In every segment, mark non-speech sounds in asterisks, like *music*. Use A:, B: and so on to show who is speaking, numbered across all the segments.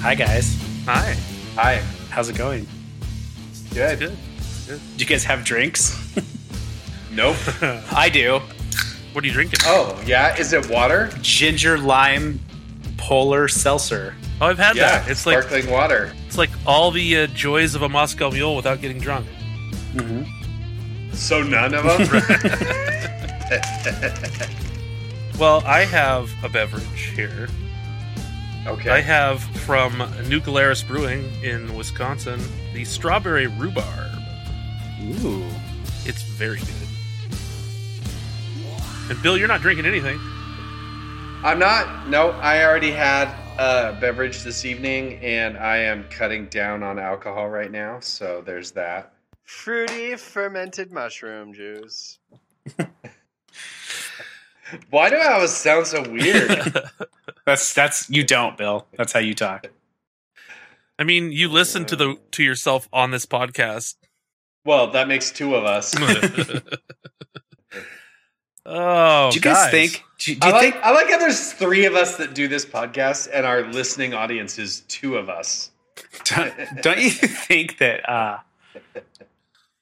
A: Hi, guys.
B: Hi.
A: Hi. How's it going?
B: It's
C: Good.
B: good. It's good.
A: Do you guys have drinks?
C: Nope. I do.
B: What are you drinking? Oh,
C: *laughs* Oh, yeah. Is it water?
A: Ginger lime polar seltzer.
B: Oh, I've had
C: Yeah.
B: that. It's like
C: sparkling water.
B: it's like all the uh, joys of a Moscow Mule without getting drunk.
C: So none
B: *laughs*
C: of them?
B: Well, I have a beverage here.
C: okay.
B: I have from New Glarus Brewing in Wisconsin the strawberry rhubarb.
A: Ooh.
B: It's very good. And Bill, you're not drinking anything.
C: I'm not. No, I already had a beverage this evening and I am cutting down on alcohol right now. So there's that.
D: Fruity fermented mushroom
B: *laughs*
D: juice.
C: Why do I always sound so weird?
B: *laughs*
A: That's that's you don't, Bill. That's how you talk.
B: I mean, you listen to the to yourself on this
A: *laughs*
B: podcast. *laughs*
C: well, that makes two of us.
B: oh,
A: do you guys, think? Do, you- do
C: I,
A: you
C: like,
A: think?
C: I like how there's three of us that do this podcast and our listening audience is two of us.
A: Don't, don't you think that uh,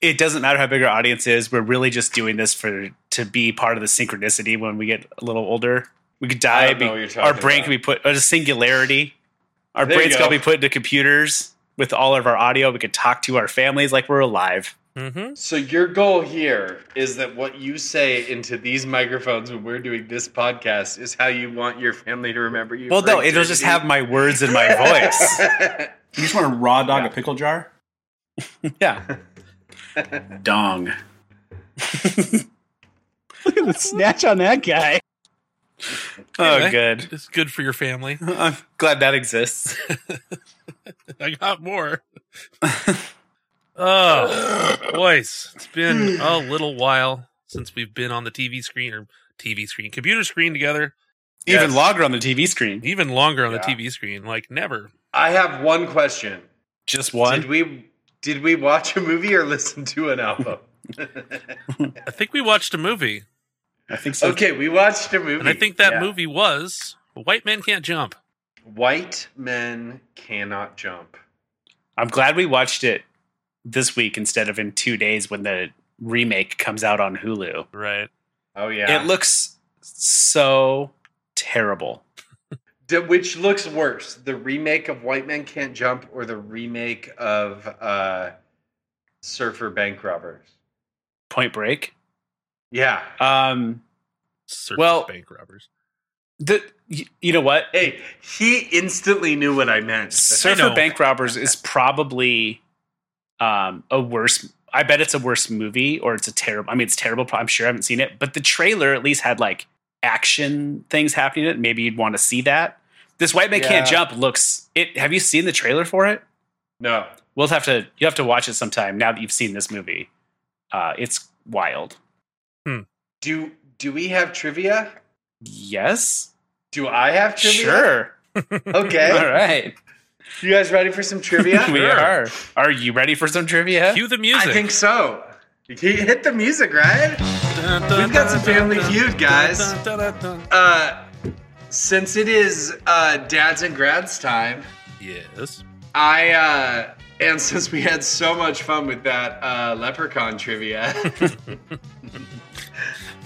A: it doesn't matter how big our audience is? We're really just doing this for to be part of the synchronicity when we get a little older. We could die.
C: I don't know
A: be-
C: what you're talking
A: our brain
C: about.
A: can be put. Or the singularity. Our
C: There you
A: brains
C: go.
A: can be put into computers with all of our audio. We could talk to our families like we're alive.
B: hmm
C: So your goal here is that what you say into these microphones when we're doing this podcast is how you want your family to remember you.
A: Well,
C: for
A: no, it'll just have
C: eternity.
A: my words and my
C: *laughs*
A: voice.
E: You just want to raw dog a pickle jar?
A: yeah. Dong.
E: *laughs* Look at the snatch on that guy.
A: Oh,
B: Anyway.
A: good.
B: It's good for your family.
A: I'm glad that exists.
B: *laughs* I got more. oh, boys, it's been a little while since we've been on the TV screen or TV screen, computer screen together.
A: *laughs* Even
C: Yes.
A: longer on the TV screen.
B: Even longer on
C: Yeah.
B: the TV screen, like never.
C: *laughs* I have one question.
A: Just one.
C: Did we did we watch a movie or listen to
A: *laughs*
C: an album? *laughs*
B: I think we watched a movie,
A: I think so.
C: okay, we watched a movie.
B: and I think that
C: Yeah.
B: movie was White Men Can't Jump.
C: White men cannot jump.
A: I'm glad we watched it this week instead of in two days when the remake comes out on Hulu.
B: Right.
C: Oh yeah.
A: It looks so terrible.
C: D- Which looks worse, the remake of White Men Can't Jump or the remake of uh, Surfer Bank Robbers?
A: Point Break.
C: Yeah.
A: Um,
B: Search
A: Well-
B: bank robbers.
A: the y- you know what?
C: Hey, he instantly knew what I meant.
A: Surfer
B: know.
A: Bank Robbers is probably um, a worse. I bet it's a worse movie, or it's a terrible. I mean, it's terrible. I'm sure I haven't seen it, but the trailer at least had like action things happening. in It maybe you'd want to see that. This White Man Can't
C: Yeah.
A: Jump looks. It. Have you seen the trailer for it?
C: No.
A: We'll have to. You have to watch it sometime. Now that you've seen this movie, uh, it's wild.
C: Do do we have trivia?
A: Yes,
C: Do I have trivia?
A: sure. All
C: Okay.
A: right,
C: You guys ready for some trivia?
A: *laughs* we are. Are you ready for some trivia?
B: Cue the music.
C: I think so. You hit the music, right? We've got some Family Feud, guys. Uh, since it is uh, dads and grads time,
B: Yes.
C: I uh, and since we had so much fun with that uh, leprechaun trivia, *laughs*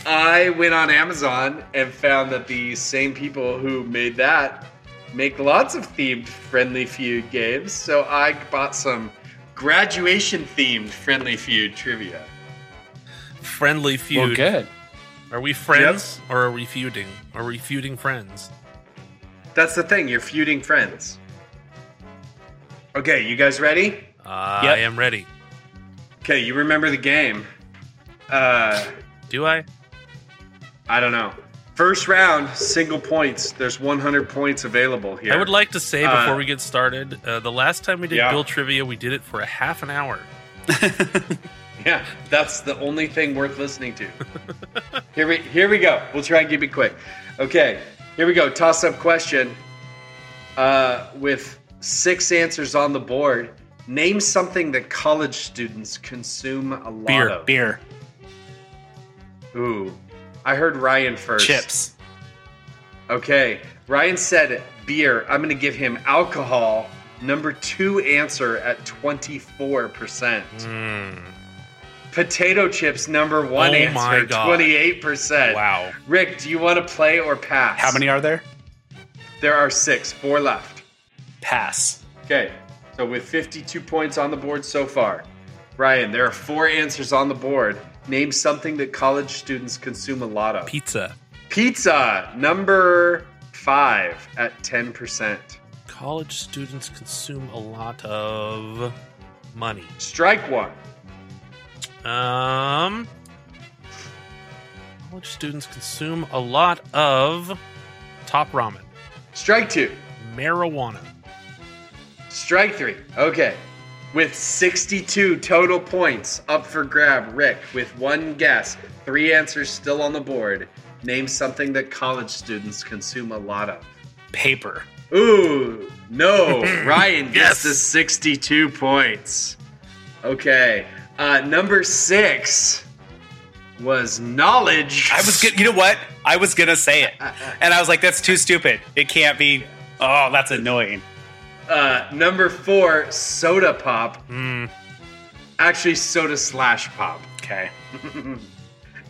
C: I went on Amazon and found that the same people who made that make lots of themed Friendly Feud games. So I bought some graduation themed Friendly Feud trivia.
B: Friendly feud.
A: Well, good.
B: Are we friends or are we feuding? Are we feuding friends?
C: That's the thing, you're feuding friends. Okay, you guys ready?
B: Uh,
A: Yep.
B: I am ready.
C: Okay, you remember the game. Uh,
B: Do I?
C: I don't know. First round, single points. There's 100 points available here.
B: I would like to say
C: Uh,
B: before we get started, uh, the last time we did
C: Yeah.
B: Bill trivia, we did it for a half an hour.
C: Yeah, that's the only thing worth listening to. *laughs* here we here we go. We'll try and keep it quick. Okay, here we go. Toss up question. Uh, with six answers on the board, name something that college students consume a lot
B: Beer.
C: of.
A: Beer,
C: Ooh, I heard Ryan first.
A: chips,
C: Okay, Ryan said beer. I'm going to give him alcohol. Number two answer at 24%.
B: Mm,
C: Potato chips, number one
B: Oh
C: answer,
B: my God.
C: 28%.
B: wow.
C: Rick, do you want to play or pass?
A: How many are there?
C: There are six, four left.
A: Pass.
C: Okay, so with 52 points on the board so far, Ryan, there are four answers on the board. Name something that college students consume a lot of.
B: Pizza.
C: Pizza, number five at 10%.
B: College students consume a lot of money.
C: Strike one.
B: Um, college students consume a lot of top ramen,
C: Strike two.
B: marijuana.
C: Strike three. Okay. With 62 total points up for grab, Rick, with one guess, three answers still on the board, name something that college students consume a lot of.
A: Paper.
C: Ooh,
A: *laughs*
C: no. Ryan gets
B: Yes.
C: the 62 points. Okay. Uh, number six was knowledge.
A: I was good. You know what? I was gonna say
C: Uh,
A: it, and I was like, "That's too stupid. It can't be." Oh, that's annoying.
C: Uh, number four, soda pop.
B: Mm,
C: Actually, soda slash pop.
A: Okay.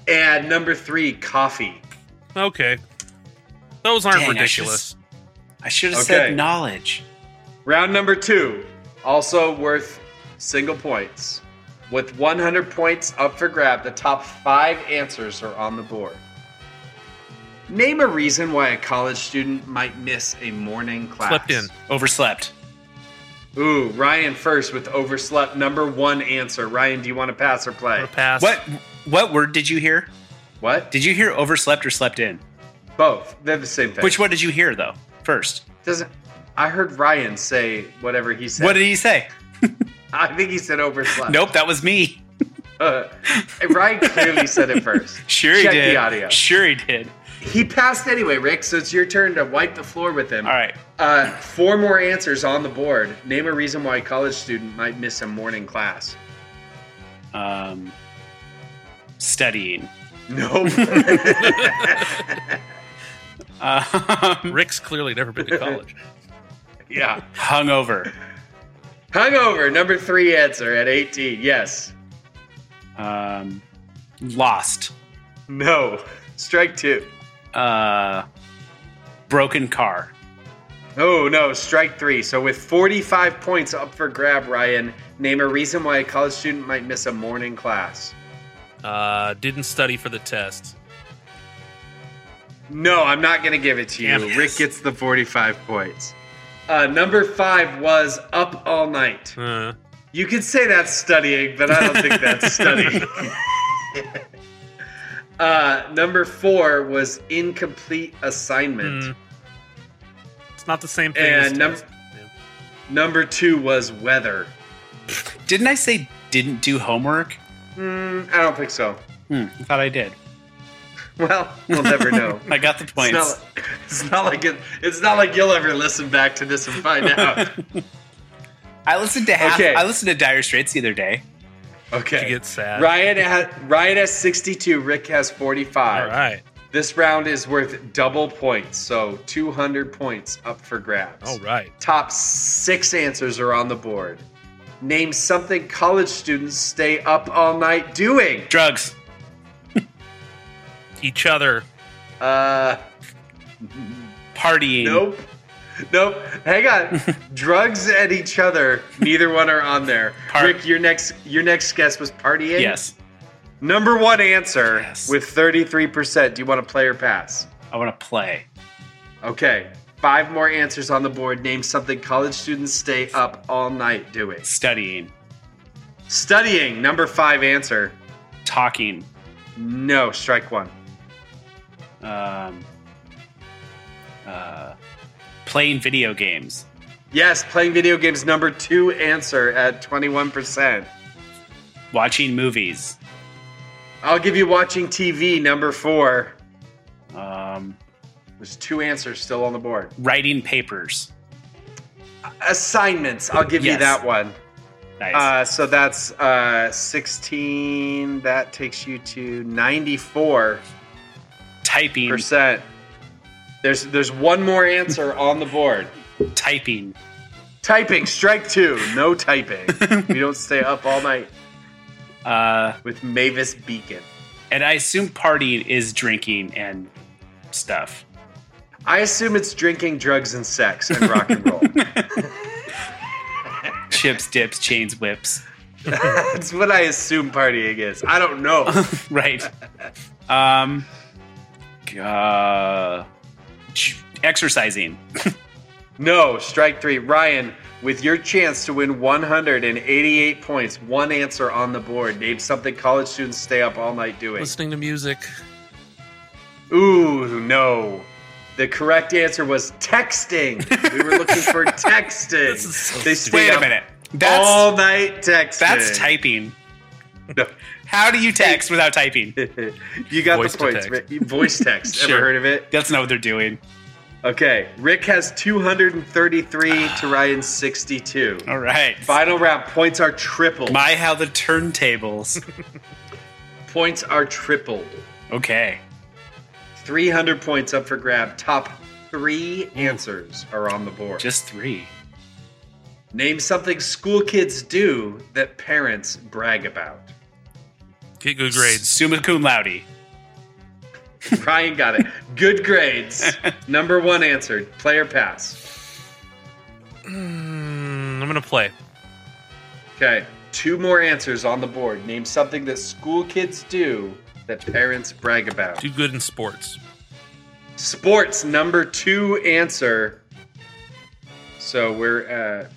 C: And number three, coffee.
B: okay. Those aren't
A: Dang, I
B: ridiculous.
A: I should have
C: Okay.
A: said knowledge.
C: Round number two, also worth single points. With 100 points up for grab, the top five answers are on the board. Name a reason why a college student might miss a morning class.
B: Slept in.
A: Overslept.
C: Ooh, Ryan first with overslept. Number one answer. Ryan, do you want to pass or play?
B: Or pass.
A: What? What word did you hear?
C: What?
A: Did you hear overslept or slept in?
C: Both. They're the same thing.
A: Which one did you hear though? First.
C: doesn't? I heard Ryan say whatever he said.
A: What did he say?
C: *laughs* I think he said overslept.
A: Nope, that was me.
C: Uh, *laughs* Ryan clearly said it first.
A: Sure he
C: Check
A: did.
C: the audio.
A: Sure he did.
C: He passed anyway, Rick, so it's your turn to wipe the floor with him.
A: All right.
C: Uh, four more answers on the board. Name a reason why a college student might miss a morning class.
A: Um, studying. *laughs*
C: Nope.
A: Um,
B: Rick's clearly never been to college.
C: *laughs* yeah.
A: hungover.
C: Hungover, number three answer at 18. Yes.
A: Um, lost.
C: No. Strike two.
A: Uh, broken car.
C: Oh, no. Strike three. So, with 45 points up for grab, Ryan, name a reason why a college student might miss a morning class.
B: Uh, didn't study for the test.
C: No, I'm not going to give it to you.
B: Damn it.
C: Rick gets the 45 points. Uh, number five was up all night.
B: Uh,
C: You could say that's studying, but I don't think that's studying. uh, number four was incomplete assignment.
B: mm. it's not the same thing. as
C: and num-
B: test.
C: number two was weather.
A: Didn't I say didn't do homework?
C: Mm, I don't think so.
A: Hmm, I thought I did.
C: Well, we'll never know.
A: I got the
C: It's
A: points.
C: not, it's not like it, it's not like you'll ever listen back to this and find out.
A: I listened to half.
C: Okay.
A: I listened to Dire Straits the other day.
C: Okay.
B: You get sad.
C: Ryan has, Ryan has 62. Rick has 45.
B: All right.
C: This round is worth double points, so 200 points up for grabs.
B: All right.
C: Top six answers are on the board. Name something college students stay up all night doing.
A: Drugs.
B: Each other.
C: Uh,
A: Partying.
C: nope. Nope.
B: *laughs*
C: Hang on. Drugs and each other. Neither one are on there.
A: Par-
C: Rick, your next your next guess was partying.
A: Yes.
C: Number one answer
A: Yes.
C: with 33%. Do you want to play or pass?
A: I want to play.
C: Okay. Five more answers on the board. Name something college students stay up all night doing.
A: Studying.
C: Studying, number five answer.
A: Talking.
C: No, strike one.
A: Um, uh, playing video games.
C: Yes, playing video games, number two answer at 21%.
A: Watching movies.
C: I'll give you watching TV, number four.
A: Um,
C: There's two answers still on the board.
A: writing papers.
C: Assignments, I'll give you
A: Yes.
C: that one.
A: Nice.
C: Uh, so that's uh, 16. That takes you to 94%.
A: Typing.
C: There's there's one more answer on the board.
A: Typing.
C: Typing, strike two.
A: *laughs*
C: No typing. we don't stay up all night
A: Uh,
C: with Mavis Beacon.
A: and I assume partying is drinking and stuff.
C: I assume it's drinking, drugs, and sex and rock and
A: *laughs*
C: roll.
A: Chips, dips, chains, whips. *laughs*
C: That's what I assume partying is. I don't know.
A: right. Um, uh, ch- exercising.
C: No, strike three. Ryan, with your chance to win 188 points, one answer on the board. Name something college students stay up all night doing.
B: Listening to music.
C: Ooh, no. The correct answer was texting. We were
A: *laughs*
C: looking for texting.
B: This is so
C: they
B: stupid.
C: stay
A: Wait a
C: up
A: minute. That's
C: all night texting.
A: that's typing.
C: *laughs* No.
A: How do you text without typing?
C: you got
B: Voice
C: the
B: to
C: points.
B: text.
C: Rick. Voice
A: *laughs*
C: text.
A: Sure.
C: Ever heard of it?
A: That's not what they're doing.
C: Okay. Rick has
A: *sighs*
C: 233 to Ryan's 62.
A: All right.
C: Final round. Points are tripled.
A: My how the turntables. *laughs*
C: points are tripled.
A: okay.
C: 300 points up for grab. Top three answers are on the board.
A: Just three.
C: Name something school kids do that parents
A: *laughs*
C: brag about.
B: Get good grades.
A: Summa cum laude.
C: Ryan got it.
A: *laughs*
C: Good grades. Number one answer. Player pass.
B: Mm, I'm gonna play.
C: Okay. Two more answers on the board. Name something that school kids do that parents brag about.
B: Do good in sports.
C: Sports, number two answer. So we're at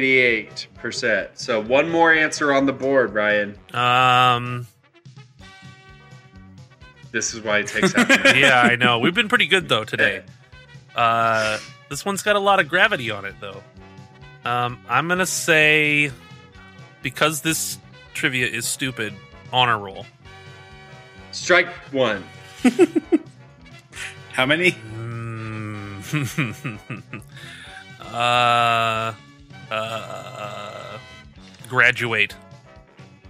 C: 88%. So one more answer on the board, Ryan.
B: Um,
C: This is why it takes half an hour.
B: *laughs* yeah, I know. We've been pretty good though
C: *laughs*
B: today. Uh, this one's got a lot of gravity on it though. Um, I'm gonna say because this trivia is stupid. Honor roll.
C: Strike one.
A: How many?
B: Mm. Hmm. *laughs* uh, uh, graduate.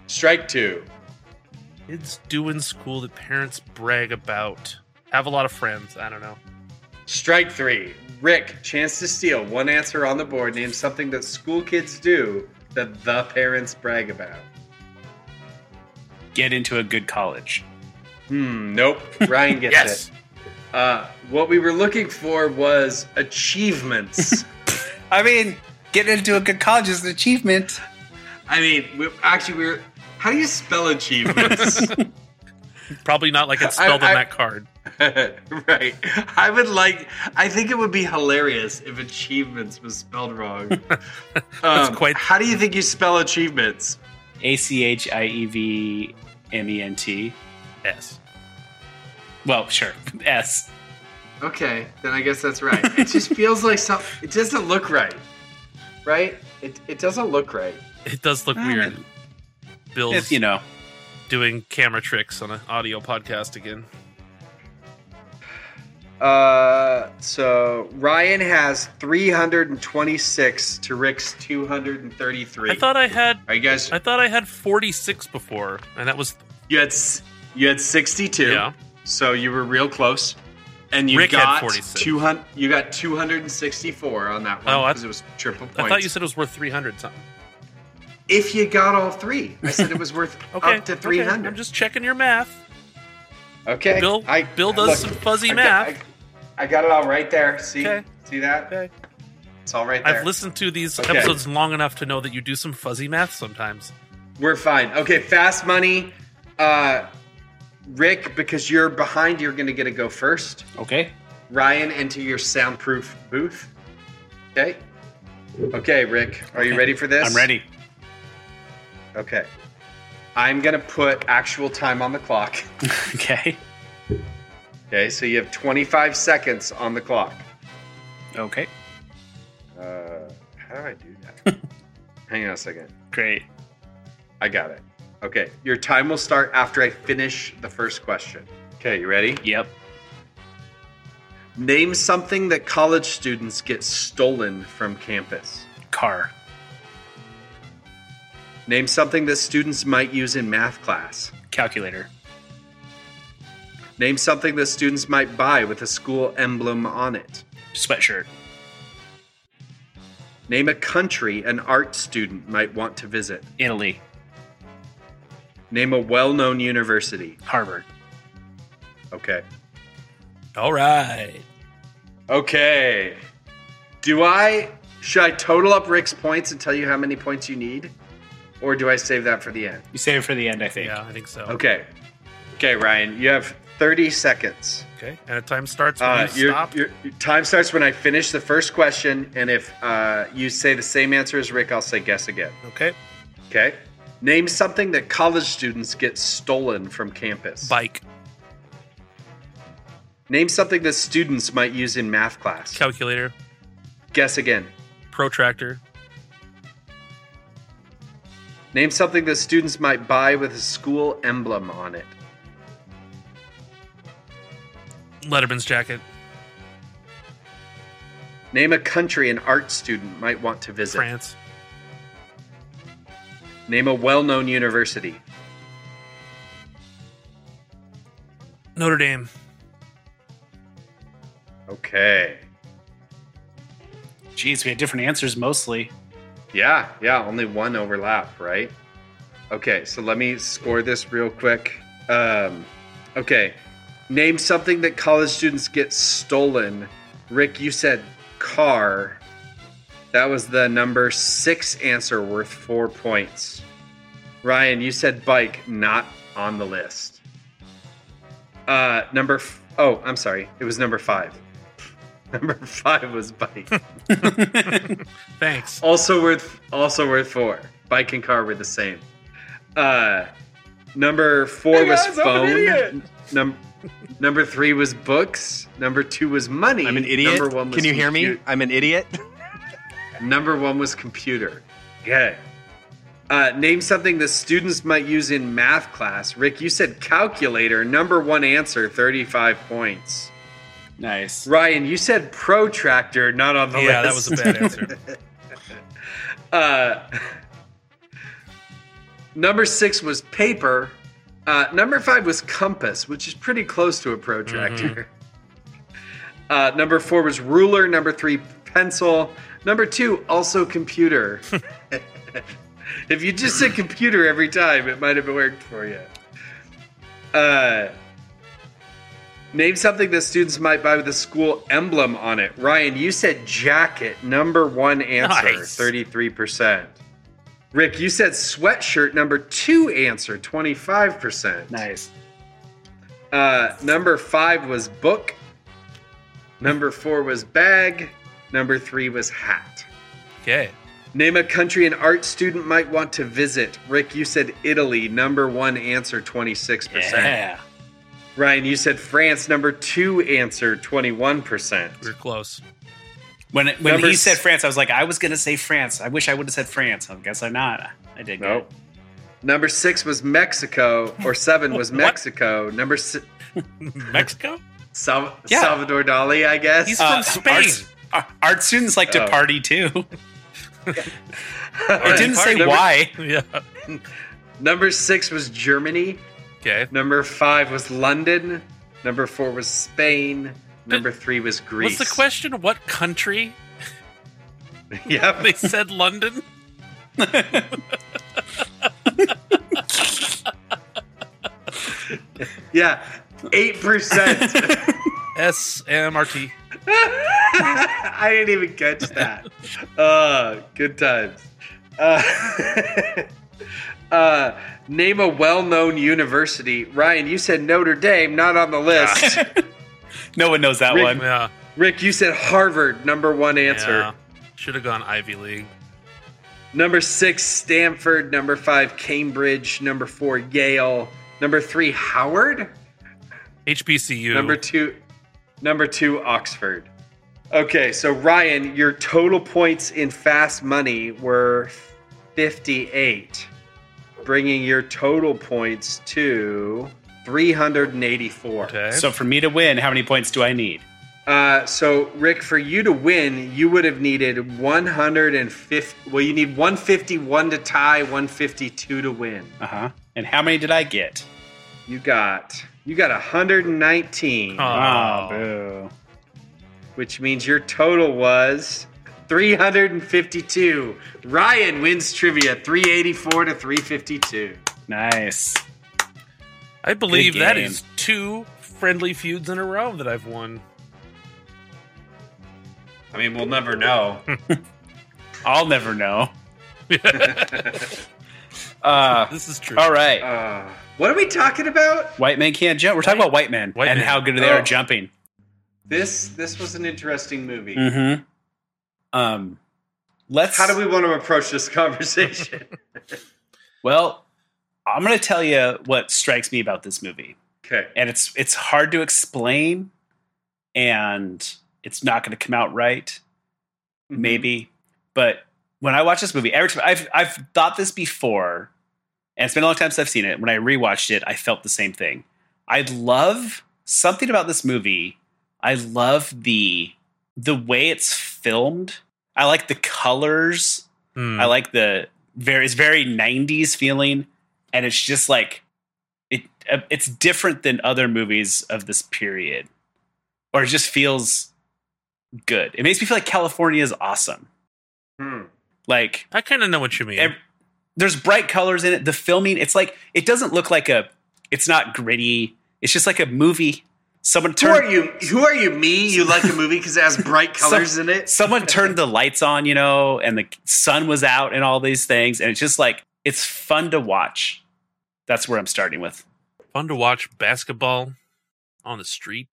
C: Strike two.
B: Kids do in school that parents brag about. Have a lot of friends. I don't know.
C: Strike three. Rick, chance to steal. One answer on the board. Name something that school kids do that the parents brag about.
A: Get into a good college.
C: Hmm, nope. Ryan gets
B: Yes.
C: it. Uh, what we were looking for was achievements.
B: *laughs*
A: I mean, get into a good college is an achievement.
C: I mean, we, actually, we were. How do you spell achievements?
B: Probably not like it's spelled
C: I- I-
B: on that card.
C: *laughs* right. I would like. I think it would be hilarious if achievements was spelled wrong.
B: *laughs*
C: Um,
B: quite-
C: How do you think you spell achievements?
A: A C H I E V M E N T.
B: Yes.
A: Well, sure. *laughs* S.
C: Okay, then I guess that's right. It
B: *laughs*
C: just feels like some. It doesn't look right. Right? It, it doesn't look right.
B: It does look
A: Ah,
B: weird. Bill's
A: If you know.
B: doing camera tricks on an audio podcast again.
C: Uh, so Ryan has 326 to Rick's 233.
B: I thought I had
C: Are you guys?
B: I thought I had 46 before, and that was
C: You had s- you had 62.
B: yeah.
C: So you were real close. And you
B: Rick had
C: got
B: 46.
C: 200 you got 264 on that one
B: Oh, I-
C: because it was triple points.
B: I thought you said it was worth 300 something.
C: if you got all three. I said it was worth
B: *laughs* Okay.
C: up to
B: okay,
C: 300.
B: I'm just checking your math.
C: okay.
B: Bill
C: I,
B: Bill does
C: look,
B: some fuzzy
C: I got-
B: math.
C: I, I got it all right there. See?
B: Okay.
C: See that?
B: Okay.
C: It's all right there.
B: I've listened to these
C: Okay.
B: episodes long enough to know that you do some fuzzy math sometimes.
C: We're fine. Okay, fast money. Uh Rick, because you're behind, you're going to get to go first.
A: Okay.
C: Ryan, enter your soundproof booth. Okay. Okay, Rick, are you
A: Okay.
C: ready for this?
A: I'm ready. *laughs*
C: Okay. I'm going to put actual time on the clock.
A: Okay.
C: Okay, so you have 25 seconds on the clock.
A: Okay.
C: Uh, how do I do
A: *laughs*
C: that? Hang on a second.
A: Great.
C: I got it. Okay, your time will start after I finish the first question. Okay, you ready?
A: Yep.
C: Name something that college students get stolen from campus.
A: Car.
C: Name something that students might use in math class.
A: Calculator.
C: Name something that students might buy with a school emblem on it.
A: Sweatshirt.
C: Name a country an art student might want to visit.
A: Italy.
C: Name a well known university.
A: Harvard.
C: Okay.
B: All right.
C: Okay. Do I. Should I total up Rick's points and tell you how many points you need? Or do I save that for the end?
A: You save it for the end, I think.
B: Yeah, I think so.
C: Okay. Okay, Ryan, you have 30 seconds.
B: Okay. And the time starts when
C: Uh,
B: you
C: your,
B: stop.
C: your, your time starts when I finish the first question, and if uh, you say the same answer as Rick, I'll say guess again.
B: okay.
C: Okay. Name something that college students get stolen from campus.
B: Bike
C: Name something that students might use in math class.
B: calculator
C: Guess again.
B: protractor
C: Name something that students might buy with a school emblem on it.
B: Letterman's jacket
C: Name a country an art student might want to visit.
B: France
C: Name a well-known university.
B: Notre Dame
C: Okay.
A: Jeez, we had different answers mostly.
C: Yeah, yeah, only one overlap, right? Okay, so let me score this real quick. Um, okay, name something that college students get stolen. Rick, you said car. That was the number six answer worth four points. Ryan, you said bike, not on the list. Uh, number, f- oh, I'm sorry, it was number five. *laughs* Number five was bike.
B: thanks
C: also worth also worth four. Bike and car were the same. Uh, number four
D: Hey,
C: was
D: guys, I'm an idiot.
C: phone. Num- number three was books. Number two was money.
D: I'm an idiot.
C: Number one was
D: Can you hear me?
C: compu-
D: I'm an idiot.
C: Number one was computer. Okay. Uh, name something the students might use in math class. Rick, you said calculator. Number one answer, 35 points.
A: Nice.
C: Ryan, you said protractor, not on the
B: yeah that was
C: list.
B: a bad answer
C: *laughs* Uh, number six was paper. Uh, number five was compass, which is pretty close to a protractor. *laughs* Uh, number four was ruler. Number three, pencil. Number two, also computer. *laughs* if you just said computer every time, it might have worked for you. Uh, name something that students might buy with a school emblem on it. Ryan, you said jacket, number one answer,
B: Nice.
C: 33%. Rick, you said sweatshirt, number two answer, 25%.
A: Nice.
C: Uh, number five was book. Number four was bag. Number three was hat.
B: okay
C: Name a country an art student might want to visit. Rick, you said Italy. Number one answer, 26%.
A: Yeah.
C: Ryan, you said France. Number two answer, 21%.
B: we we're close
A: When it, when
C: Number
A: he
C: s-
A: said France, I was like, I was gonna say France. I wish I would have said France. I guess I'm not. I did. good.
C: Nope. Number six was Mexico, or seven was
B: *laughs* What?
C: Mexico. Number si-
B: Mexico
C: Sal-
A: Yeah.
C: Salvador Dali, I guess. *laughs*
B: He's
A: Uh,
B: from Spain
A: Our, our- our students like
C: Oh.
A: to party too.
C: Alright,
A: *laughs* it didn't say
C: number-
A: why.
B: *laughs* yeah
C: Number six was Germany.
B: okay
C: Number five was London. Number four was Spain. Number three was Greece.
B: was the question what country
C: *laughs* Yep.
B: they said London
C: Yeah, eight percent. *laughs*
B: S M R T
C: I didn't even catch that. Uh, good times. Uh, *laughs* uh, name a well-known university. Ryan, you said Notre Dame, not on the list.
B: *laughs*
A: No one knows that
C: Rick-
A: one.
B: yeah
C: Rick, you said Harvard, number one answer.
B: should have gone Ivy League
C: Number six, Stanford. Number five, Cambridge. Number four, Yale. Number three, Howard.
B: HBCU
C: Number two, number two, Oxford. Okay, so Ryan, your total points in fast money were fifty-eight, bringing your total points to three hundred and eighty-four.
B: okay
A: So for me to win, how many points do I need?
C: Uh, so Rick, for you to win, you would have needed one hundred and fifty. Well, you need one fifty-one to tie, one fifty-two to win.
A: Uh-huh. Uh huh. And how many did I get?
C: You got you got 119,
A: Oh,
B: Aw.
A: boo.
C: which means your total was 352. Ryan wins trivia 384 to 352.
A: Nice.
B: I believe that
A: game.
B: is two friendly feuds in a row that I've won.
C: I mean, we'll never
A: *laughs*
C: know.
A: I'll never know. *laughs* Uh,
B: This is true.
A: all right.
C: Uh, what are we talking about?
A: White men can't jump. We're talking about white men
B: White
A: and
B: men.
A: how good they are
C: Oh.
A: at jumping.
C: This this was an interesting movie.
A: Mm-hmm. Um, let's.
C: How do we want to approach this *laughs* conversation?
A: Well, I'm going to tell you what strikes me about this movie,
C: okay.
A: and it's it's hard to explain, and it's not going to come out right, *laughs*
C: Mm-hmm.
A: maybe. But when I watch this movie, every time I've I've thought this before, and it's been a long time since I've seen it. When I rewatched it, I felt the same thing. I love something about this movie. I love the the way it's filmed. I like the colors
B: Hmm.
A: I like the very it's very '90s feeling, and it's just like it. uh, It's different than other movies of this period, or it just feels good. It makes me feel like California is awesome.
C: Hmm.
A: Like
B: I kind of know what you mean.
A: ev- there's bright colors in it. The filming, it's like it doesn't look like a. It's not gritty. It's just like a movie. Someone
C: Who are
A: turned
C: you? Who are you? Me? You like a movie because it has
A: *laughs*
C: bright colors in
B: *laughs*
C: it?
A: someone turned the lights on, you know, and the sun was out and all these things. And it's just like, it's fun to watch. That's where I'm starting with.
B: Fun to watch basketball on the street.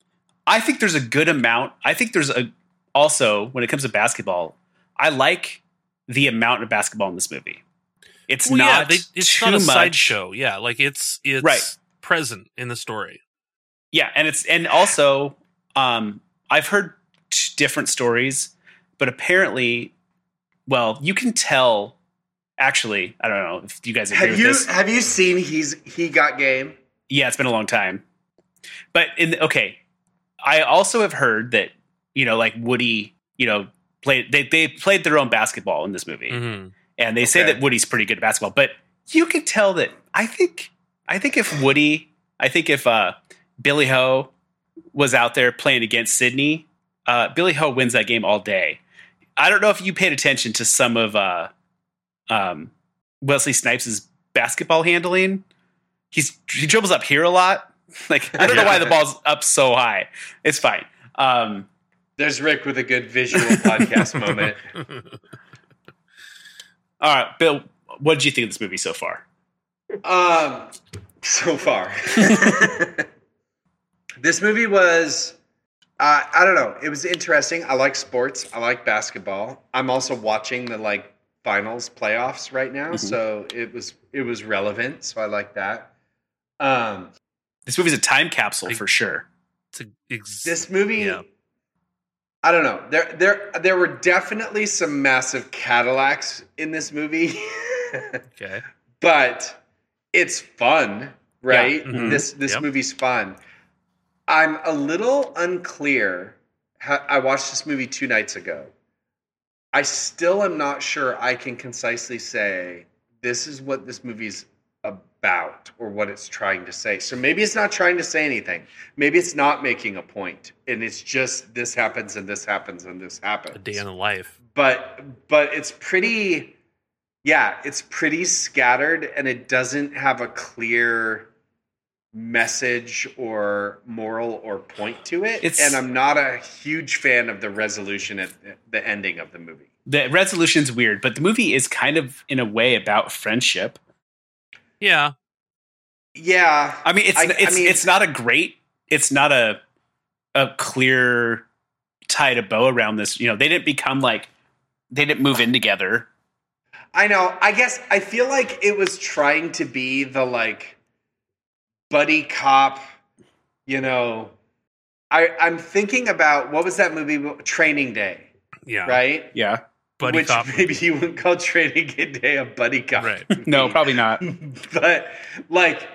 A: I think there's a good amount. I think there's a, also, when it comes to basketball, I like the amount of basketball in this movie. It's
B: Well,
A: not,
B: yeah, they- it's
A: too
B: not a
A: much.
B: sideshow. Yeah, like it's it's
A: Right.
B: present in the story.
A: Yeah, and it's and also um, I've heard t- different stories, but apparently, well, you can tell. Actually, I don't know if you guys agree
C: Have
A: with
C: you
A: this.
C: have you seen he's he got game?
A: Yeah, it's been a long time. But in okay, I also have heard that you know, like Woody, you know, played they they played their own basketball in this movie,
B: Mhm.
A: and they say
C: Okay.
A: that Woody's pretty good at basketball. But you can tell that I think I think if Woody, I think if uh, Billy Ho was out there playing against Sydney, uh, Billy Ho wins that game all day. I don't know if you paid attention to some of uh, um, Wesley Snipes' basketball handling. He's he dribbles up here a lot. *laughs* Like I don't know why the ball's up so high. It's fine. Um,
C: There's Rick with a good visual podcast moment.
B: Mm-hmm.
A: all right, Bill, what did you think of this movie so far?
C: Um, so far, this movie was. Uh, I don't know. It was interesting. I like sports. I like basketball. I'm also watching the like finals playoffs right now,
A: Mhm.
C: so it was it was relevant. So I like that. Um,
A: This movie's a time capsule
B: I-
A: for sure.
B: *laughs* It's a, ex-
C: this movie
B: Yeah.
C: i don't know there there there were definitely some massive cadillacs in this movie *laughs*
B: okay.
C: but it's fun right
B: mhm.
C: this this
B: Yep.
C: movie's fun i'm a little unclear how, i watched this movie two nights ago i still am not sure i can concisely say this is what this movie's about or what it's trying to say so maybe it's not trying to say anything maybe it's not making a point and it's just this happens and this happens and this happens
B: A day in the life.
C: but but it's pretty yeah it's pretty scattered and it doesn't have a clear message or moral or point to it
A: It's-
C: and i'm not a huge fan of the resolution at the ending of the movie
A: the resolution's weird, but the movie is kind of in a way about friendship.
B: Yeah,
C: yeah
A: I mean, it's
C: I- I
A: it's
C: mean-
A: it's not a great, it's not a a clear tied a bow around this. You know, they didn't become like they didn't move in together.
C: I know. I guess I feel like it was trying to be the like buddy cop, you know. I I'm thinking about what was that movie Training Day,
B: yeah.
C: right?
A: Yeah,
B: Buddy
C: Which *laughs*
B: cop. *laughs*
C: maybe you wouldn't call Training Day a buddy cop.
B: Right.
A: no, probably not.
C: *laughs* but like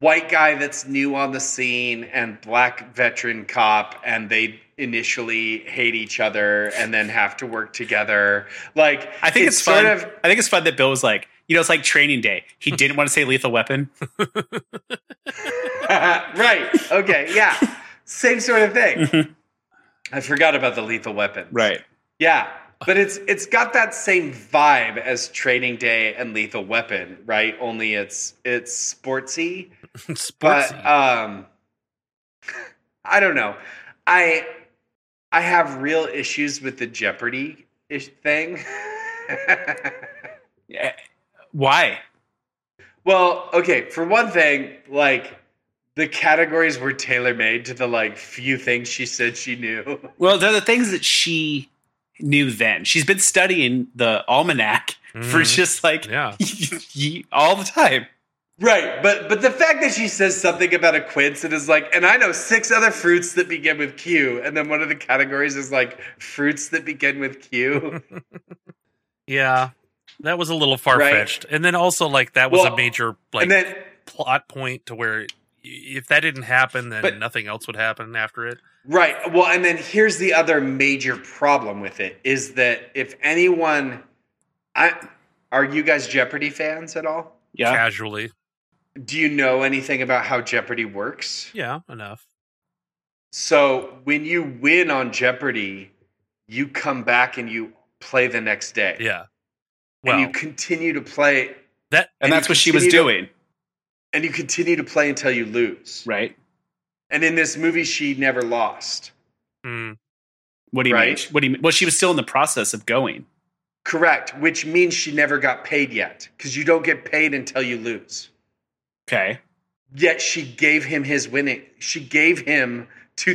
C: white guy that's new on the scene and black veteran cop and they initially hate each other and then have to work together. Like
A: I think it's,
C: sort
A: fun.
C: of *laughs* *laughs*
A: I think it's fun that Bill was like, you know, it's like Training Day. He didn't want to say Lethal Weapon.
C: right. Okay. Yeah. Same sort of
A: Mm-hmm.
C: thing. I forgot about the lethal weapon.
A: Right.
C: Yeah, but it's it's got that same vibe as Training Day and Lethal Weapon, right? Only it's it's sportsy, but
B: Sportsy.
C: um, I don't know. I I have real issues with the Jeopardy ish thing. *laughs*
A: Yeah. Eh, Why?
C: well, okay, for one thing, like the categories were tailor made to the like few things she said she knew. *laughs*
A: Well, they're the things that she knew then. She's been studying the almanac
C: Mm-hmm.
A: for
B: Mhm.
A: just like
B: yeah.
A: *laughs* ye- all the time.
C: Right, but but the fact that she says something about a quince and is like, and I know six other fruits that begin with Q, and then one of the categories is like fruits that begin with Q.
B: Yeah. That was a little far fetched. And then also like that was a
C: Well,
B: major *laughs* like
C: and then
B: plot point to where i- if that didn't happen then
C: But-
B: nothing else would happen after it.
C: right, well, and then here's the other major problem with it is that if anyone, I are you guys Jeopardy fans at all?
A: Yeah.
B: Casually.
C: Do you know anything about how Jeopardy works?
B: Yeah, enough.
C: So when you win on Jeopardy, you come back and you play the next day.
B: Yeah. Well,
C: and you continue to play
B: that
A: And,
C: And
A: that's
C: you
A: what she was
C: continue to-
A: doing,
C: and you continue to play until you lose.
A: right?
C: And in this movie, she never lost.
B: mm,
A: What do you
C: Right.
A: mean? What do you mean? Well, she was still in the process of going.
C: Correct, which means she never got paid yet because you don't get paid until you lose.
A: Okay.
C: Yet she gave him his winning. She gave him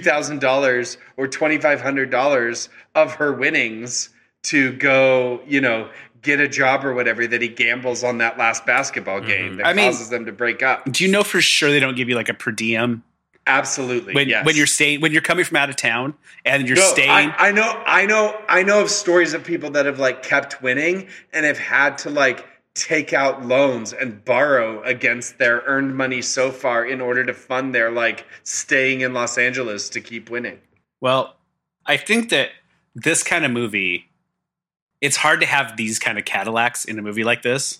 C: $2,000 or $2,500 of her winnings to go, you know, get a job or whatever that he gambles on that last basketball game
B: Mhm.
A: Mm-hmm.
C: that
A: I mean-
C: causes them to break up.
A: Do you know for sure they don't give you like a per diem
C: Absolutely.
A: when
C: yes.
A: when you're staying when you're coming from out of town and you're
C: No,
A: staying?
C: I, I know, I know, I know of stories of people that have like kept winning and have had to like take out loans and borrow against their earned money so far in order to fund their like staying in Los Angeles to keep winning.
A: Well, I think that this kind of movie, it's hard to have these kind of Cadillacs in a movie like this.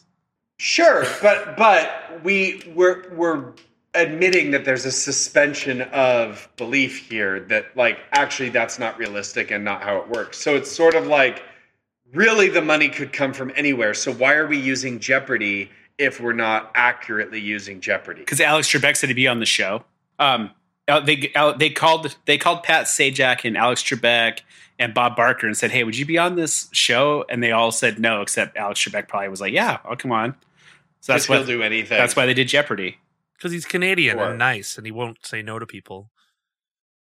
C: Sure, but but we we're we're admitting that there's a suspension of belief here that like actually that's not realistic and not how it works. So it's sort of like really the money could come from anywhere. So why are we using Jeopardy if we're not accurately using Jeopardy?
A: because Alex Trebek said to be on the show. Um, uh, they uh, they called they called Pat Sajak and Alex Trebek and Bob Barker and said, "Hey, would you be on this show?" And they all said no, except Alex Trebek probably was like, "Yeah, I'll come on." So that's
C: Because
A: what
C: he'll do anything.
A: that's why they did Jeopardy.
B: cuz he's Canadian
C: Or-
B: and nice and he won't say no to people.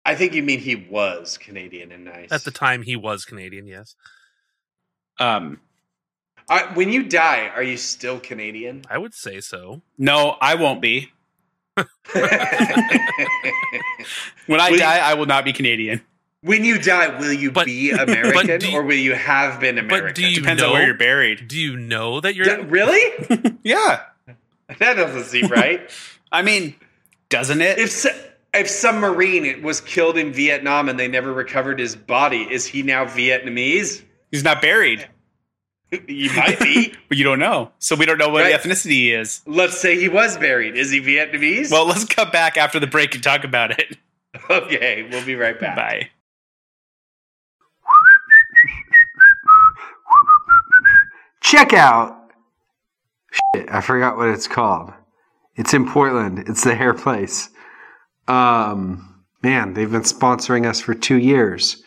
C: I think you mean he was Canadian and nice.
B: At the time he was Canadian, yes.
A: Um,
C: Are- when you die, are you still
A: *laughs*
C: Canadian? *laughs*
B: I would say so.
A: no, I won't be. When I
C: Will you-
A: die, I will not be Canadian.
C: when you die, will
B: *laughs*
C: you
B: But-
C: be American
B: do you-
C: or will you have been American?
B: But do you
A: Depends
B: know
A: on where you're buried.
B: Do you know that
C: Yeah,
B: you're
C: really? *laughs*
A: Yeah,
C: that
B: *laughs*
C: doesn't seem right.
A: I mean, doesn't it?
C: if so, if some Marine was killed in Vietnam and they never recovered his body, is he now Vietnamese? *laughs*
A: He's not buried,
C: he
B: *laughs*
C: might be.
A: but you don't know, so we don't know what
C: Right.
A: ethnicity he is.
C: Let's say he was buried. Is he Vietnamese?
A: Well, let's come back after the break and talk about it.
C: *laughs* okay, we'll be right back.
A: Bye.
F: check out. Shit, I forgot what it's called. It's in Portland. It's the hair place. Um, man, they've been sponsoring us for two years.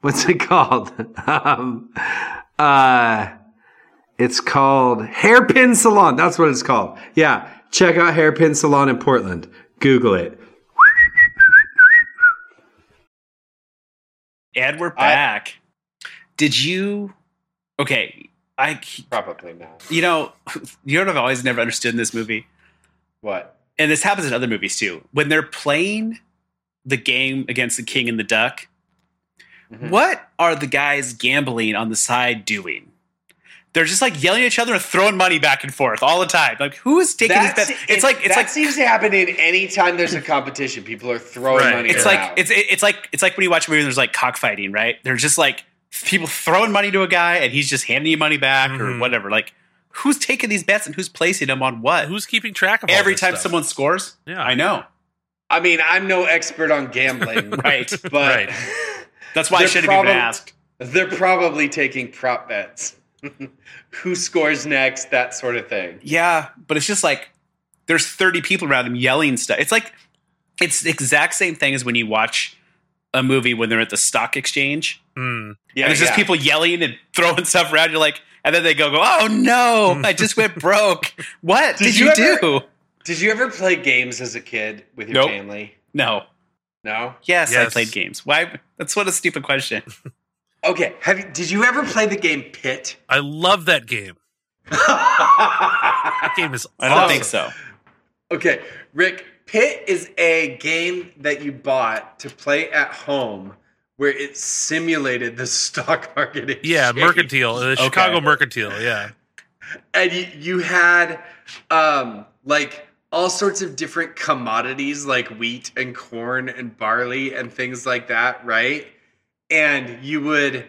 F: What's it called? *laughs* um, uh, it's called Hairpin Salon. That's what it's called. Yeah, check out Hairpin Salon in Portland. Google it.
A: And we're
C: I-
A: back. Did you? Okay, I.
C: Probably not.
A: You know, *laughs* you know what I've always never understood in this movie,
C: What?
A: and this happens in other movies too. When they're playing the game against the king and the duck,
C: Mhm.
A: what are the guys gambling on the side doing? They're just like yelling at each other and throwing money back and forth all the time. Like who is taking these
C: That's-
A: bets? It's
C: it-
A: like it's
C: that
A: like
C: seems to happen in any time there's a competition. People are throwing
B: Right.
C: money.
A: it's
C: around.
A: like it's it's like it's like when you watch a movie and there's like cockfighting, right? They're just like people throwing money to a guy and he's just handing you money back
B: Mhm.
A: or whatever. Like who's taking these bets and who's placing them on what?
B: Who's keeping track of all
A: Every
B: this
A: time
B: stuff?
A: someone scores?
B: Yeah.
A: I
B: *laughs*
A: know.
C: I mean, I'm no expert on
A: *laughs*
C: gambling,
A: Right.
C: but
B: Right.
A: That's why I
C: They're
A: should have
C: probab-
A: even asked.
C: they're probably taking prop bets. *laughs* Who scores next? That sort of thing.
A: Yeah, but it's just like there's 30 people around him yelling stuff. It's like it's the exact same thing as when you watch a movie when they're at the stock exchange.
B: Mm.
C: Yeah,
A: and there's
C: yeah.
A: just people yelling and *laughs* throwing stuff around. You're like, and then they go, go oh
C: *laughs*
A: no, I just went broke. What
C: Did
A: did,
C: you
A: you,
C: ever-
A: do?
C: Did you ever play games as a kid with your
A: Nope.
C: family?
A: No.
C: No.
A: Yes, I
B: Yes.
A: played games. Why? That's what a stupid question.
C: Okay. Have you, did you ever play the game Pit? *laughs*
B: I love that game.
C: okay,
B: That game is.
A: I don't
B: awesome.
A: think so.
C: Rick. Pit is a game that you bought to play at home, where it simulated the stock market.
B: Yeah,
C: exchange.
B: Mercantile, the Chicago Mercantile. Yeah,
C: and you, you had um like all sorts of different commodities like wheat and corn and barley and things like that right and you would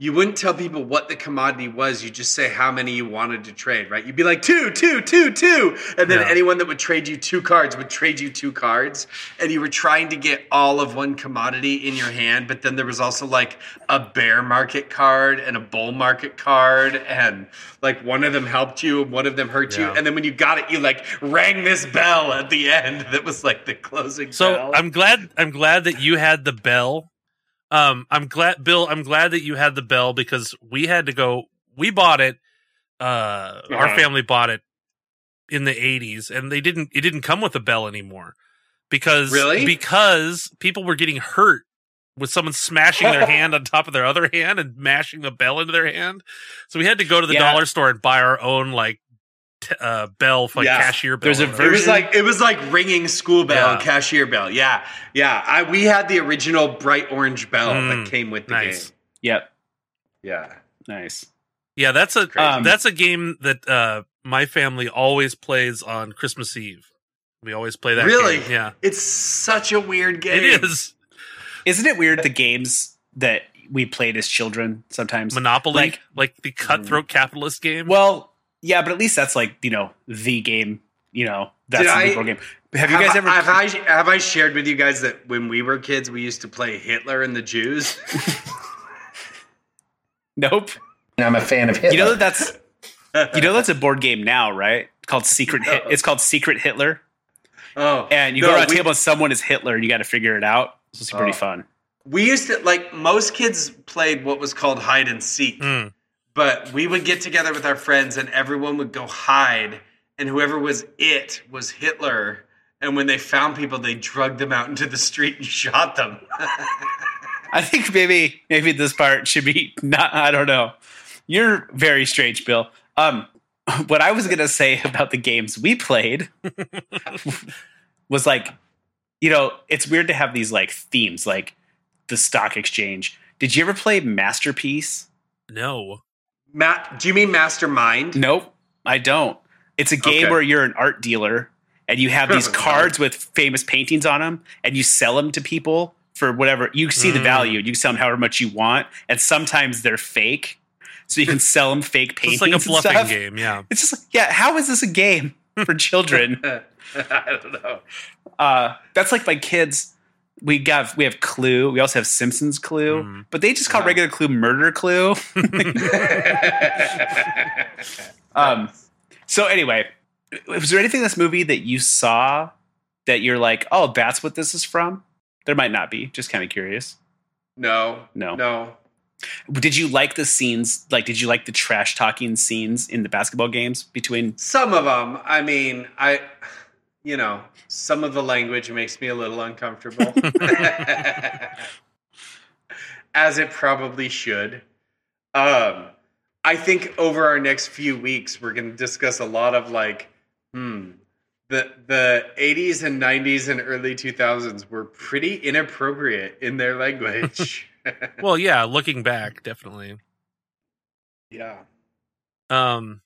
C: you wouldn't tell people what the commodity was you just say how many you wanted to trade right you'd be like two two two two and then
B: Yeah.
C: anyone that would trade you two cards would trade you two cards and you were trying to get all of one commodity in your hand but then there was also like a bear market card and a bull market card and like one of them helped you and one of them hurt you
B: Yeah.
C: and then when you got it you like rang this bell at the end that was like the closing
B: so
C: bell
B: I'm glad. I'm glad that you had the bell. Um, I'm glad, Bill. I'm glad that you had the bell because we had to go. We bought it. Uh, our
C: Uh-huh.
B: family bought it in the '80s, and they didn't. It didn't come with a bell anymore because
C: Really?
B: because people were getting hurt with someone smashing
C: *laughs*
B: their hand on top of their other hand and mashing the bell into their hand. So we had to go to the
A: Yeah.
B: dollar store and buy our own like t- uh, bell, like
C: Yeah.
B: cashier bell.
A: There's a
B: or whatever.
C: It was
A: version-
C: like it was like ringing school bell,
B: Yeah.
C: cashier bell. Yeah, yeah. I we had the original bright orange bell
B: Mm,
C: that came with the
B: nice.
C: game.
A: Yep.
C: Yeah,
A: Nice.
B: Yeah, that's a
C: Crazy.
A: Um,
B: that's a game that uh my family always plays on Christmas Eve. We always play that.
C: Really?
B: game. Yeah,
C: it's such a weird game.
B: it is
A: Isn't it weird the games that we played as children sometimes?
B: Monopoly, like,
A: Like- mm.
B: the cutthroat capitalist game.
A: Well, yeah, but at least that's like you know the game. You know that's
C: Did
A: the
C: I-
A: big board game. Have you guys ever?
C: Have I have I shared with you guys that when we were kids, we used to play Hitler and the Jews? *laughs*
A: nope.
G: And I'm a fan of Hitler.
A: You know that that's you know that's a board game now, right? Called Secret. Hit,
C: No.
A: it's called Secret Hitler,
C: oh,
A: and you
C: no,
A: go around a
C: we-
A: table and someone is Hitler, and you got to figure it out. This is pretty
C: Oh.
A: fun.
C: We used to like most kids played what was called hide and seek.
B: Mm.
C: but we would get together with our friends and everyone would go hide and whoever was it was hitler and when they found people they drugged them out into the street and *laughs* shot them
A: I think maybe maybe this part should be *laughs* not. I don't know. You're very strange, Bill. Um, *laughs* what I was gonna say about the games we played was like, you know, it's weird to have these like themes, like the stock exchange. Did you ever play Masterpiece?
B: no,
C: matt do you mean mastermind
A: Nope, I don't. It's a game
C: Okay.
A: where you're an art dealer and you
B: *laughs*
A: have these
C: Wow.
A: cards with famous paintings on them and you sell them to people for whatever you see the
B: Mm.
A: value. You sell them however much you want, and sometimes they're fake, so you
B: *laughs*
A: can sell them fake
B: So
A: paintings.
B: it's like a
A: and
B: bluffing
A: stuff.
B: game. Yeah,
A: It's just like, yeah, how is this a
B: *laughs*
A: game for children?
C: *laughs* i don't know
A: uh, that's like my kids. We got we have Clue. We also have Simpsons Clue,
B: Mm.
A: but they just call regular Clue Murder Clue. Um, so anyway, was there anything in this movie that you saw that you're like, oh, that's what this is from? There might not be. Just kind of curious.
C: *laughs* no
A: No.
C: no
A: Did you like the scenes? Like, did you like the trash talking scenes in the basketball games between?
C: some of them i mean i you know some of the language makes me a little uncomfortable *laughs* as it probably should um i think over our next few weeks we're going to discuss a lot of like hmm the the 80s and 90s and early 2000s were pretty inappropriate in their language *laughs*
B: well, yeah. Looking back, definitely.
C: yeah
B: Um,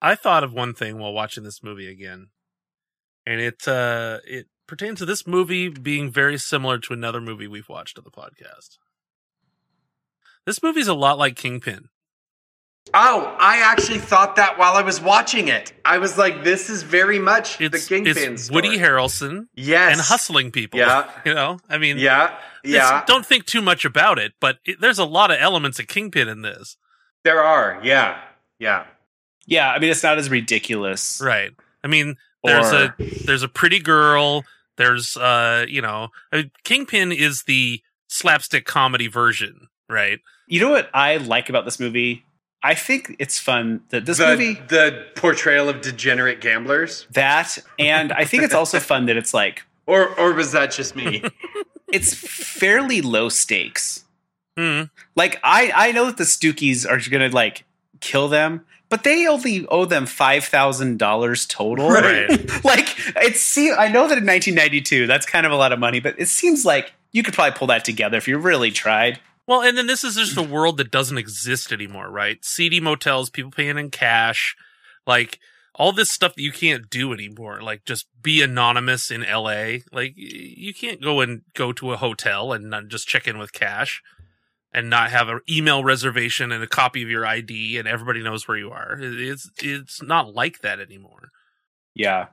B: I thought of one thing while watching this movie again, and it uh it pertains to this movie being very similar to another movie we've watched on the podcast. This movie's a lot like Kingpin.
C: Oh, I actually thought that while I was watching it. I was like, this is very much
B: It's,
C: the Kingpin
B: it's
C: story.
B: Woody Harrelson
C: Yes.
B: and hustling people.
C: Yeah.
B: You know, I mean,
C: Yeah.
B: it's-
C: Yeah.
B: Don't think too much about it, but it, there's a lot of elements of Kingpin in this.
C: There are. Yeah. Yeah.
A: Yeah, I mean it's not as ridiculous.
B: Right. I mean, there's
A: Or-
B: a there's a pretty girl. There's uh, you know, I mean, Kingpin is the slapstick comedy version, right?
A: You know what I like about this movie? I think it's fun that this
C: the,
A: movie
C: the portrayal of degenerate gamblers,
A: that and I think it's also fun that it's like
C: or or was that just
B: *laughs*
C: me?
A: it's fairly low stakes.
B: Mm.
A: Like I I know that the Stookies are going to like kill them, but they only owe them $5,000 total. *laughs*
B: Right.
A: like it seems I know that in 1992 that's kind of a lot of money, but it seems like you could probably pull that together if you really tried.
B: Well, and then this is just a world that doesn't exist anymore, right? CD motels, people paying in cash, like all this stuff that you can't do anymore. Like just be anonymous in LA. Like y- you can't go and go to a hotel and not just check in with cash and not have an email reservation and a copy of your ID and everybody knows where you are. It- It's it's not like that anymore.
A: Yeah.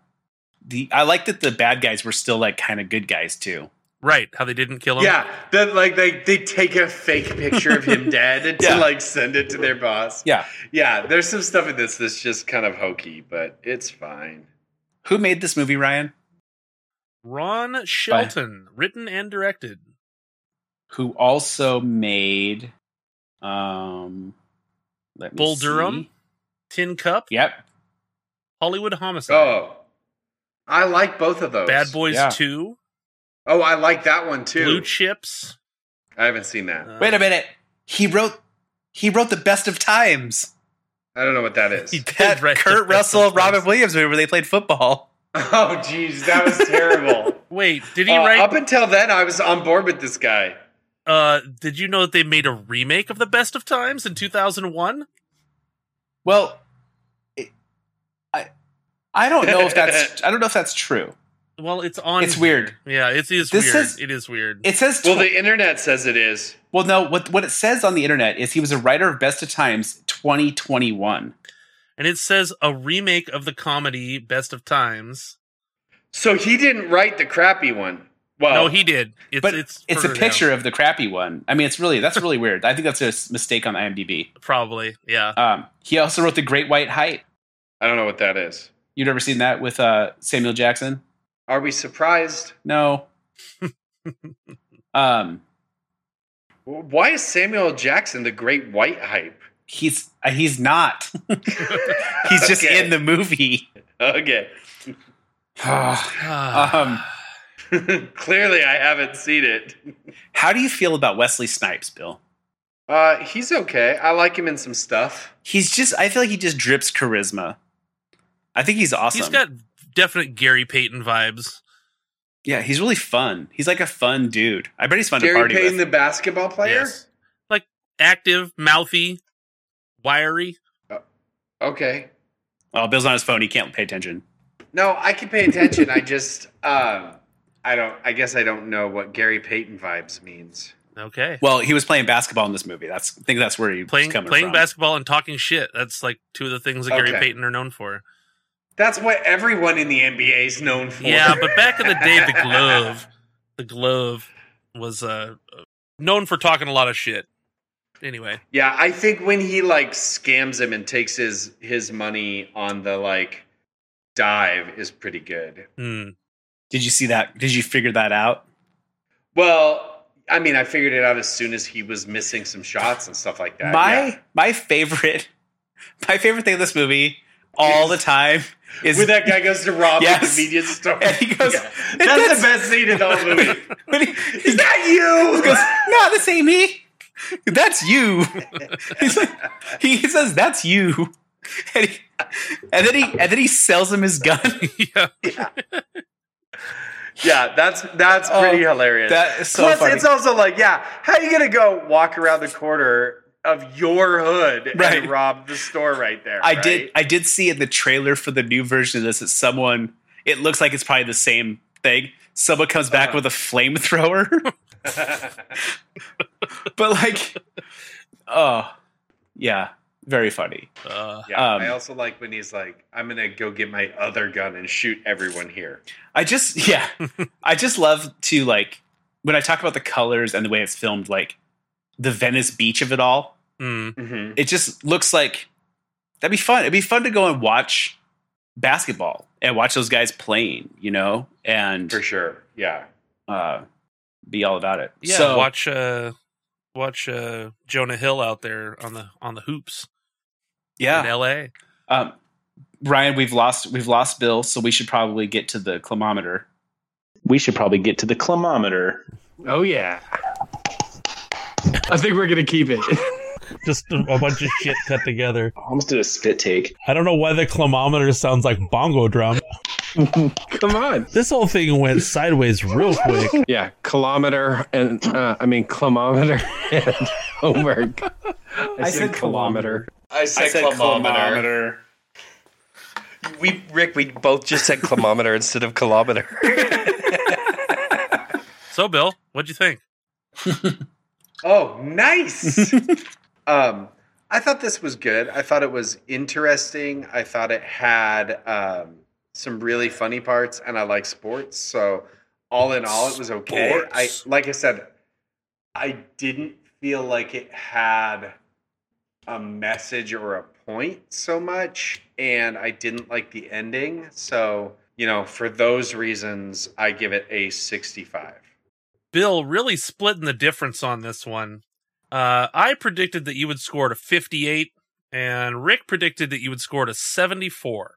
A: The I like that the bad guys were still like kind of good guys too.
B: Right, how they didn't kill him.
C: yeah. That like they they take a fake picture
B: *laughs*
C: of him dead and
A: Yeah.
C: to like send it to their boss.
A: Yeah.
C: Yeah. There's some stuff in this that's just kind of hokey, but it's fine.
A: Who made this movie, Ryan?
B: Ron Shelton, written and directed.
A: Who also made um let me
B: Bull Durham?
A: see.
B: Tin Cup,
A: Yep.
B: Hollywood Homicide.
C: Oh, I like both of those.
B: Bad Boys
A: Yeah.
B: 2,
C: Oh, I like that one too.
B: Blue Chips.
C: I haven't seen that.
B: Uh,
A: Wait a minute. He wrote he wrote the best of times.
C: I don't know what that is.
B: He did
A: That
B: write the
A: Kurt
B: best
A: Russell,
B: of times.
A: Robin Williams movie where they played football.
C: *laughs* oh, jeez, that was terrible.
B: Wait, did he
C: Uh,
B: write?
C: Up until then, I was on board with this guy.
B: uh, did you know that they made a remake of the Best of Times in 2001?
A: Well, it, I I don't know if *laughs* that's I don't know if that's true.
B: Well, it's on.
A: It's weird.
B: Yeah, it is
A: This
B: weird.
A: is-
B: it is weird.
A: It says
C: Well,
A: tw-
C: the internet says it is.
A: Well, no, what what it says on the internet is he was a writer of Best of Times 2021.
B: and it says a remake of the comedy Best of Times.
C: So he didn't write the crappy one. Well,
B: No, he did. It's,
A: Oh. But
B: it's
A: it's, a
B: further down.
A: picture of the crappy one. I mean, it's really that's really weird. I think that's a s- mistake on IMDb.
B: probably. Yeah.
A: Um, he also wrote The Great White Height.
C: I don't know what that is.
A: You've never seen that with uh, Samuel Jackson?
C: Are we surprised?
A: *laughs* No. um,
C: Why is Samuel Jackson the great white hype?
A: he's uh, he's not. *laughs* he's just
C: Okay.
A: in the movie.
C: Okay.
B: *sighs*
A: um,
C: *laughs* Clearly, I haven't seen it. *laughs*
A: how do you feel about Wesley Snipes, Bill?
C: Uh, he's okay. I like him in some stuff.
A: He's just. I feel like he just drips charisma. I think he's awesome.
B: He's got definite Gary Payton vibes.
A: Yeah, he's really fun. He's like a fun dude. I bet he's fun to
C: Gary
A: party
C: Payton,
A: with.
C: the basketball player?
B: Yes. Like active, mouthy, wiry.
C: Okay.
A: oh, Bill's on his phone. He can't pay attention.
C: No, I can pay attention. I just, um, I don't. I guess I don't know what Gary Payton vibes means.
B: Okay.
A: Well, he was playing basketball in this movie. That's I think that's where he
B: playing
A: was coming
B: playing
A: from.
B: basketball and talking shit. That's like two of the things that Gary
C: Okay.
B: Payton are known for.
C: That's what everyone in the NBA is known for.
B: Yeah, but back in the day, the glove, the glove was uh, known for talking a lot of shit. Anyway,
C: *laughs* yeah, I think when he like scams him and takes his his money on the like dive is pretty good.
B: hmm.
A: Did you see that? Did you figure that out?
C: Well, I mean, I figured it out as soon as he was missing some shots and stuff like that.
A: my
C: yeah.
A: my favorite *laughs* my favorite thing in this movie all the time is
C: when that guy goes to rob the
A: Yes.
C: convenience store,
A: and he goes,
C: *laughs* Yeah. that's, the best scene in the whole
A: *laughs*
C: movie.
A: *laughs* When
C: *laughs*
A: he,
C: is
A: he
C: that you?
A: goes, no, this ain't me. That's you. He's like, he says, that's you. And, he, and then he and then he sells him his gun.
B: *laughs* yeah,
C: Yeah, that's that's pretty
A: Oh,
C: hilarious.
A: That is so
C: Plus,
A: funny.
C: it's also like, yeah, how you gonna go walk around the corner of your hood
A: Right.
C: and rob the store right there?
A: I
C: right?
A: did I did see in the trailer for the new version of this that someone it looks like it's probably the same thing. Someone comes back
C: Uh-huh.
A: with a flamethrower. *laughs*
D: *laughs*
A: but like oh yeah. very funny.
B: Uh,
C: Yeah,
A: Um,
C: I also like when he's like, "I'm gonna go get my other gun and shoot everyone here."
A: I just *laughs* yeah, I just love to like when I talk about the colors and the way it's filmed, like the Venice Beach of it all.
B: mm,
C: Mm-hmm.
A: It just looks like that'd be fun. It'd be fun to go and watch basketball and watch those guys playing, you know, and
C: For sure. Yeah.
A: uh, be all about it.
B: yeah.
A: So-
B: watch uh, watch uh, Jonah Hill out there on the on the hoops in
A: yeah.
B: L.A.
A: Um, Ryan, we've lost we've lost Bill, so we should probably get to the climometer.
G: We should probably get to the climometer.
H: Oh yeah. I think we're gonna keep it. *laughs*
I: Just a bunch of shit cut together.
G: Almost did a spit take.
I: I don't know why the climometer sounds like bongo drum.
H: Come on.
I: This whole thing went sideways real quick.
H: Yeah, kilometer and uh, I mean climometer *laughs* and homework. I,
E: said kilometer.
C: I said, climometer.
D: We Rick, we both just said climometer instead of kilometer.
B: So, Bill, what'd you think?
C: Oh, nice. um, I thought this was good. I thought it was interesting. I thought it had um, some really funny parts, and I like sports. So, all in all, it was okay. I like I said, I didn't feel like it had a message or a point so much, and I didn't like the ending. So, you know, for those reasons, I give it a sixty-five.
B: Bill really splitting the difference on this one. Uh, I predicted that you would score to 58, and Rick predicted that you would score to 74.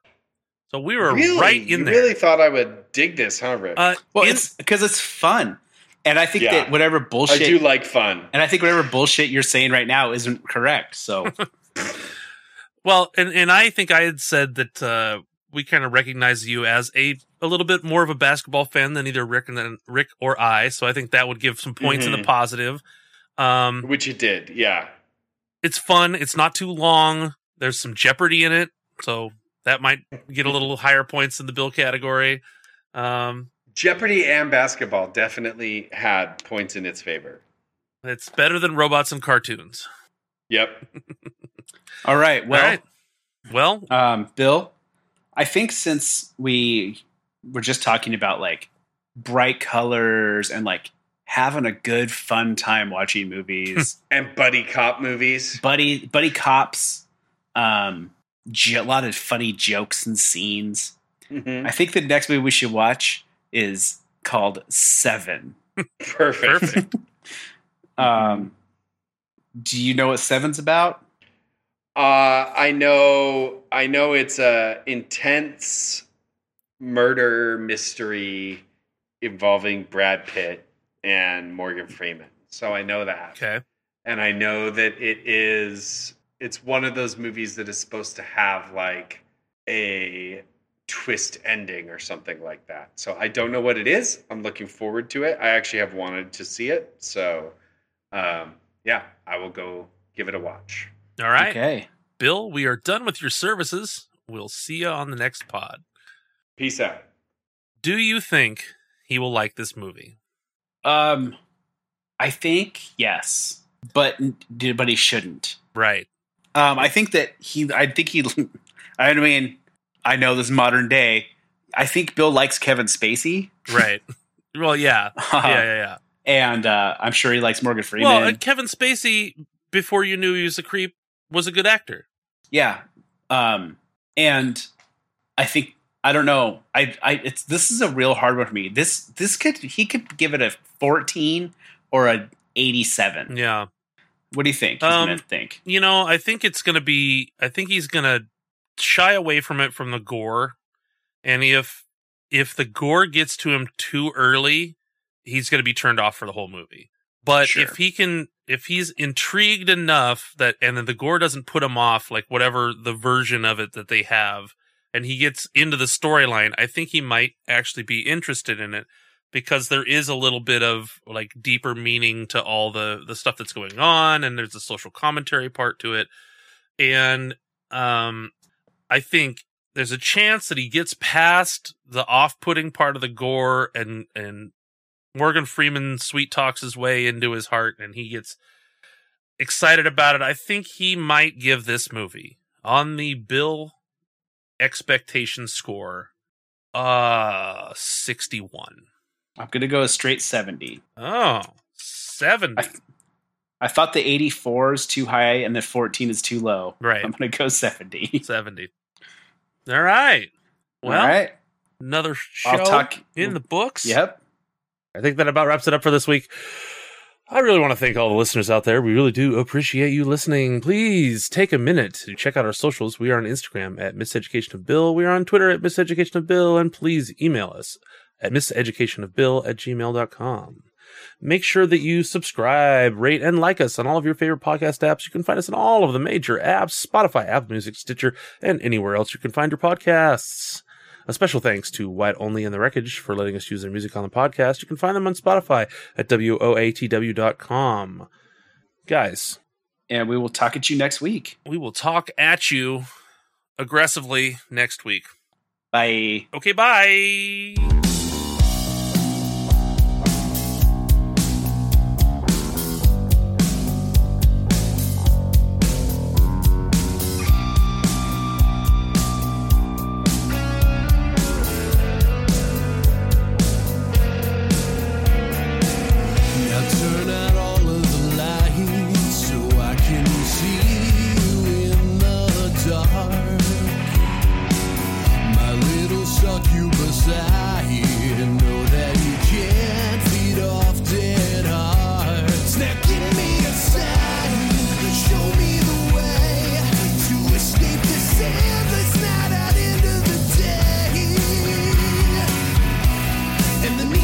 B: So we were
C: Really?
B: right in
C: you
B: there.
C: Really thought I would dig this, huh, Rip?
B: uh,
A: Well,
B: in-
A: it's because it's fun, and I think
C: Yeah.
A: that whatever
C: I
A: bullshit
C: do like fun.
A: And I think whatever bullshit you're saying right now isn't correct.
B: *laughs*
A: So
B: well, and, and I think I had said that uh, we kind of recognize you as a a little bit more of a basketball fan than either Rick and then Rick or I. So I think that would give some points in the
C: Mhm.
B: positive. Um,
C: Which it did, yeah.
B: it's fun. It's not too long. There's some jeopardy in it, so that might get a little higher points in the bill category. Um,
C: Jeopardy and basketball definitely had points in its favor.
B: it's better than robots and cartoons. *laughs*
C: Yep.
A: all right. Well,
B: All right.
A: *laughs*
B: well,
A: Um, Bill, I think since we were just talking about like bright colors and like having a good fun time watching
B: *laughs*
A: movies,
C: And buddy cop movies. *laughs*
A: buddy buddy cops, um, j- a lot of funny jokes and scenes.
C: Mhm.
A: I think the next movie we should watch is called Seven.
C: Perfect.
B: perfect. Mm-hmm.
A: Um, do you know what Seven's about?
C: Uh, I know. I know it's a intense murder mystery involving Brad Pitt and Morgan Freeman. So I know that.
B: okay.
C: and I know that it is it's one of those movies that is supposed to have like a twist ending or something like that. So I don't know what it is. I'm looking forward to it. I actually have wanted to see it. So um yeah, I will go give it a watch.
B: All right,
A: Okay.
B: Bill. We are done with your services. We'll see you on the next pod.
C: Peace out.
B: Do you think he will like this movie?
A: Um, I think yes, but but he shouldn't.
B: Right.
A: Um, I think that he. I think he. *laughs* I mean, I know this modern day. I think Bill likes Kevin Spacey, *laughs* uh,
B: Right. well, yeah.
A: Uh-huh.
B: Yeah. Yeah. Yeah.
A: and uh, I'm sure he likes Morgan Freeman.
B: Well, and Kevin Spacey, before you knew he was a creep, was a good actor.
A: yeah, um, and I think I don't know. I, I, it's this is a real hard one for me. This, this could he could give it a 14 or a 87.
B: Yeah.
A: What do you think? He's
B: Um,
A: gonna think.
B: you know, I think it's going to be. I think he's going to shy away from it from the gore, and if if the gore gets to him too early, he's going to be turned off for the whole movie. But
A: Sure.
B: if he can, if he's intrigued enough that, and then the gore doesn't put him off, like whatever the version of it that they have, and he gets into the storyline, I think he might actually be interested in it because there is a little bit of like deeper meaning to all the the stuff that's going on and there's a social commentary part to it and um i think there's a chance that he gets past the off-putting part of the gore and and morgan freeman sweet talks his way into his heart and he gets excited about it. I think he might give this movie on the Bill expectation score uh 61.
A: I'm gonna go a straight seventy.
B: Oh, 70.
A: I- I thought the 84 is too high and the 14 is too low.
B: Right.
A: I'm gonna go 70.
B: 70. All right. Well,
A: All right.
B: another show
A: I'll talk.
B: in the books.
A: Yep.
B: I think that about wraps it up for this week. I really want to thank all the listeners out there. We really do appreciate you listening. Please take a minute to check out our socials. We are on Instagram at Miseducation of Bill. We are on Twitter at Miseducation of Bill. And please email us at miseducationofbill at gmail.com. Make sure that you subscribe, rate, and like us on all of your favorite podcast apps. You can find us on all of the major apps Spotify, Apple Music, Stitcher, and anywhere else you can find your podcasts. A special thanks to White Only and The Wreckage for letting us use their music on the podcast. You can find them on Spotify at WOATW.com. Guys,
A: And we will talk at you next week.
B: we will talk at you aggressively next week.
A: Bye.
B: Okay, bye.
J: Now turn out all of the lights so I can see you in the dark. My little succubus, I know that you can't feed off dead hearts. Now give me a sign, show me the way to escape this endless night out into the day. And the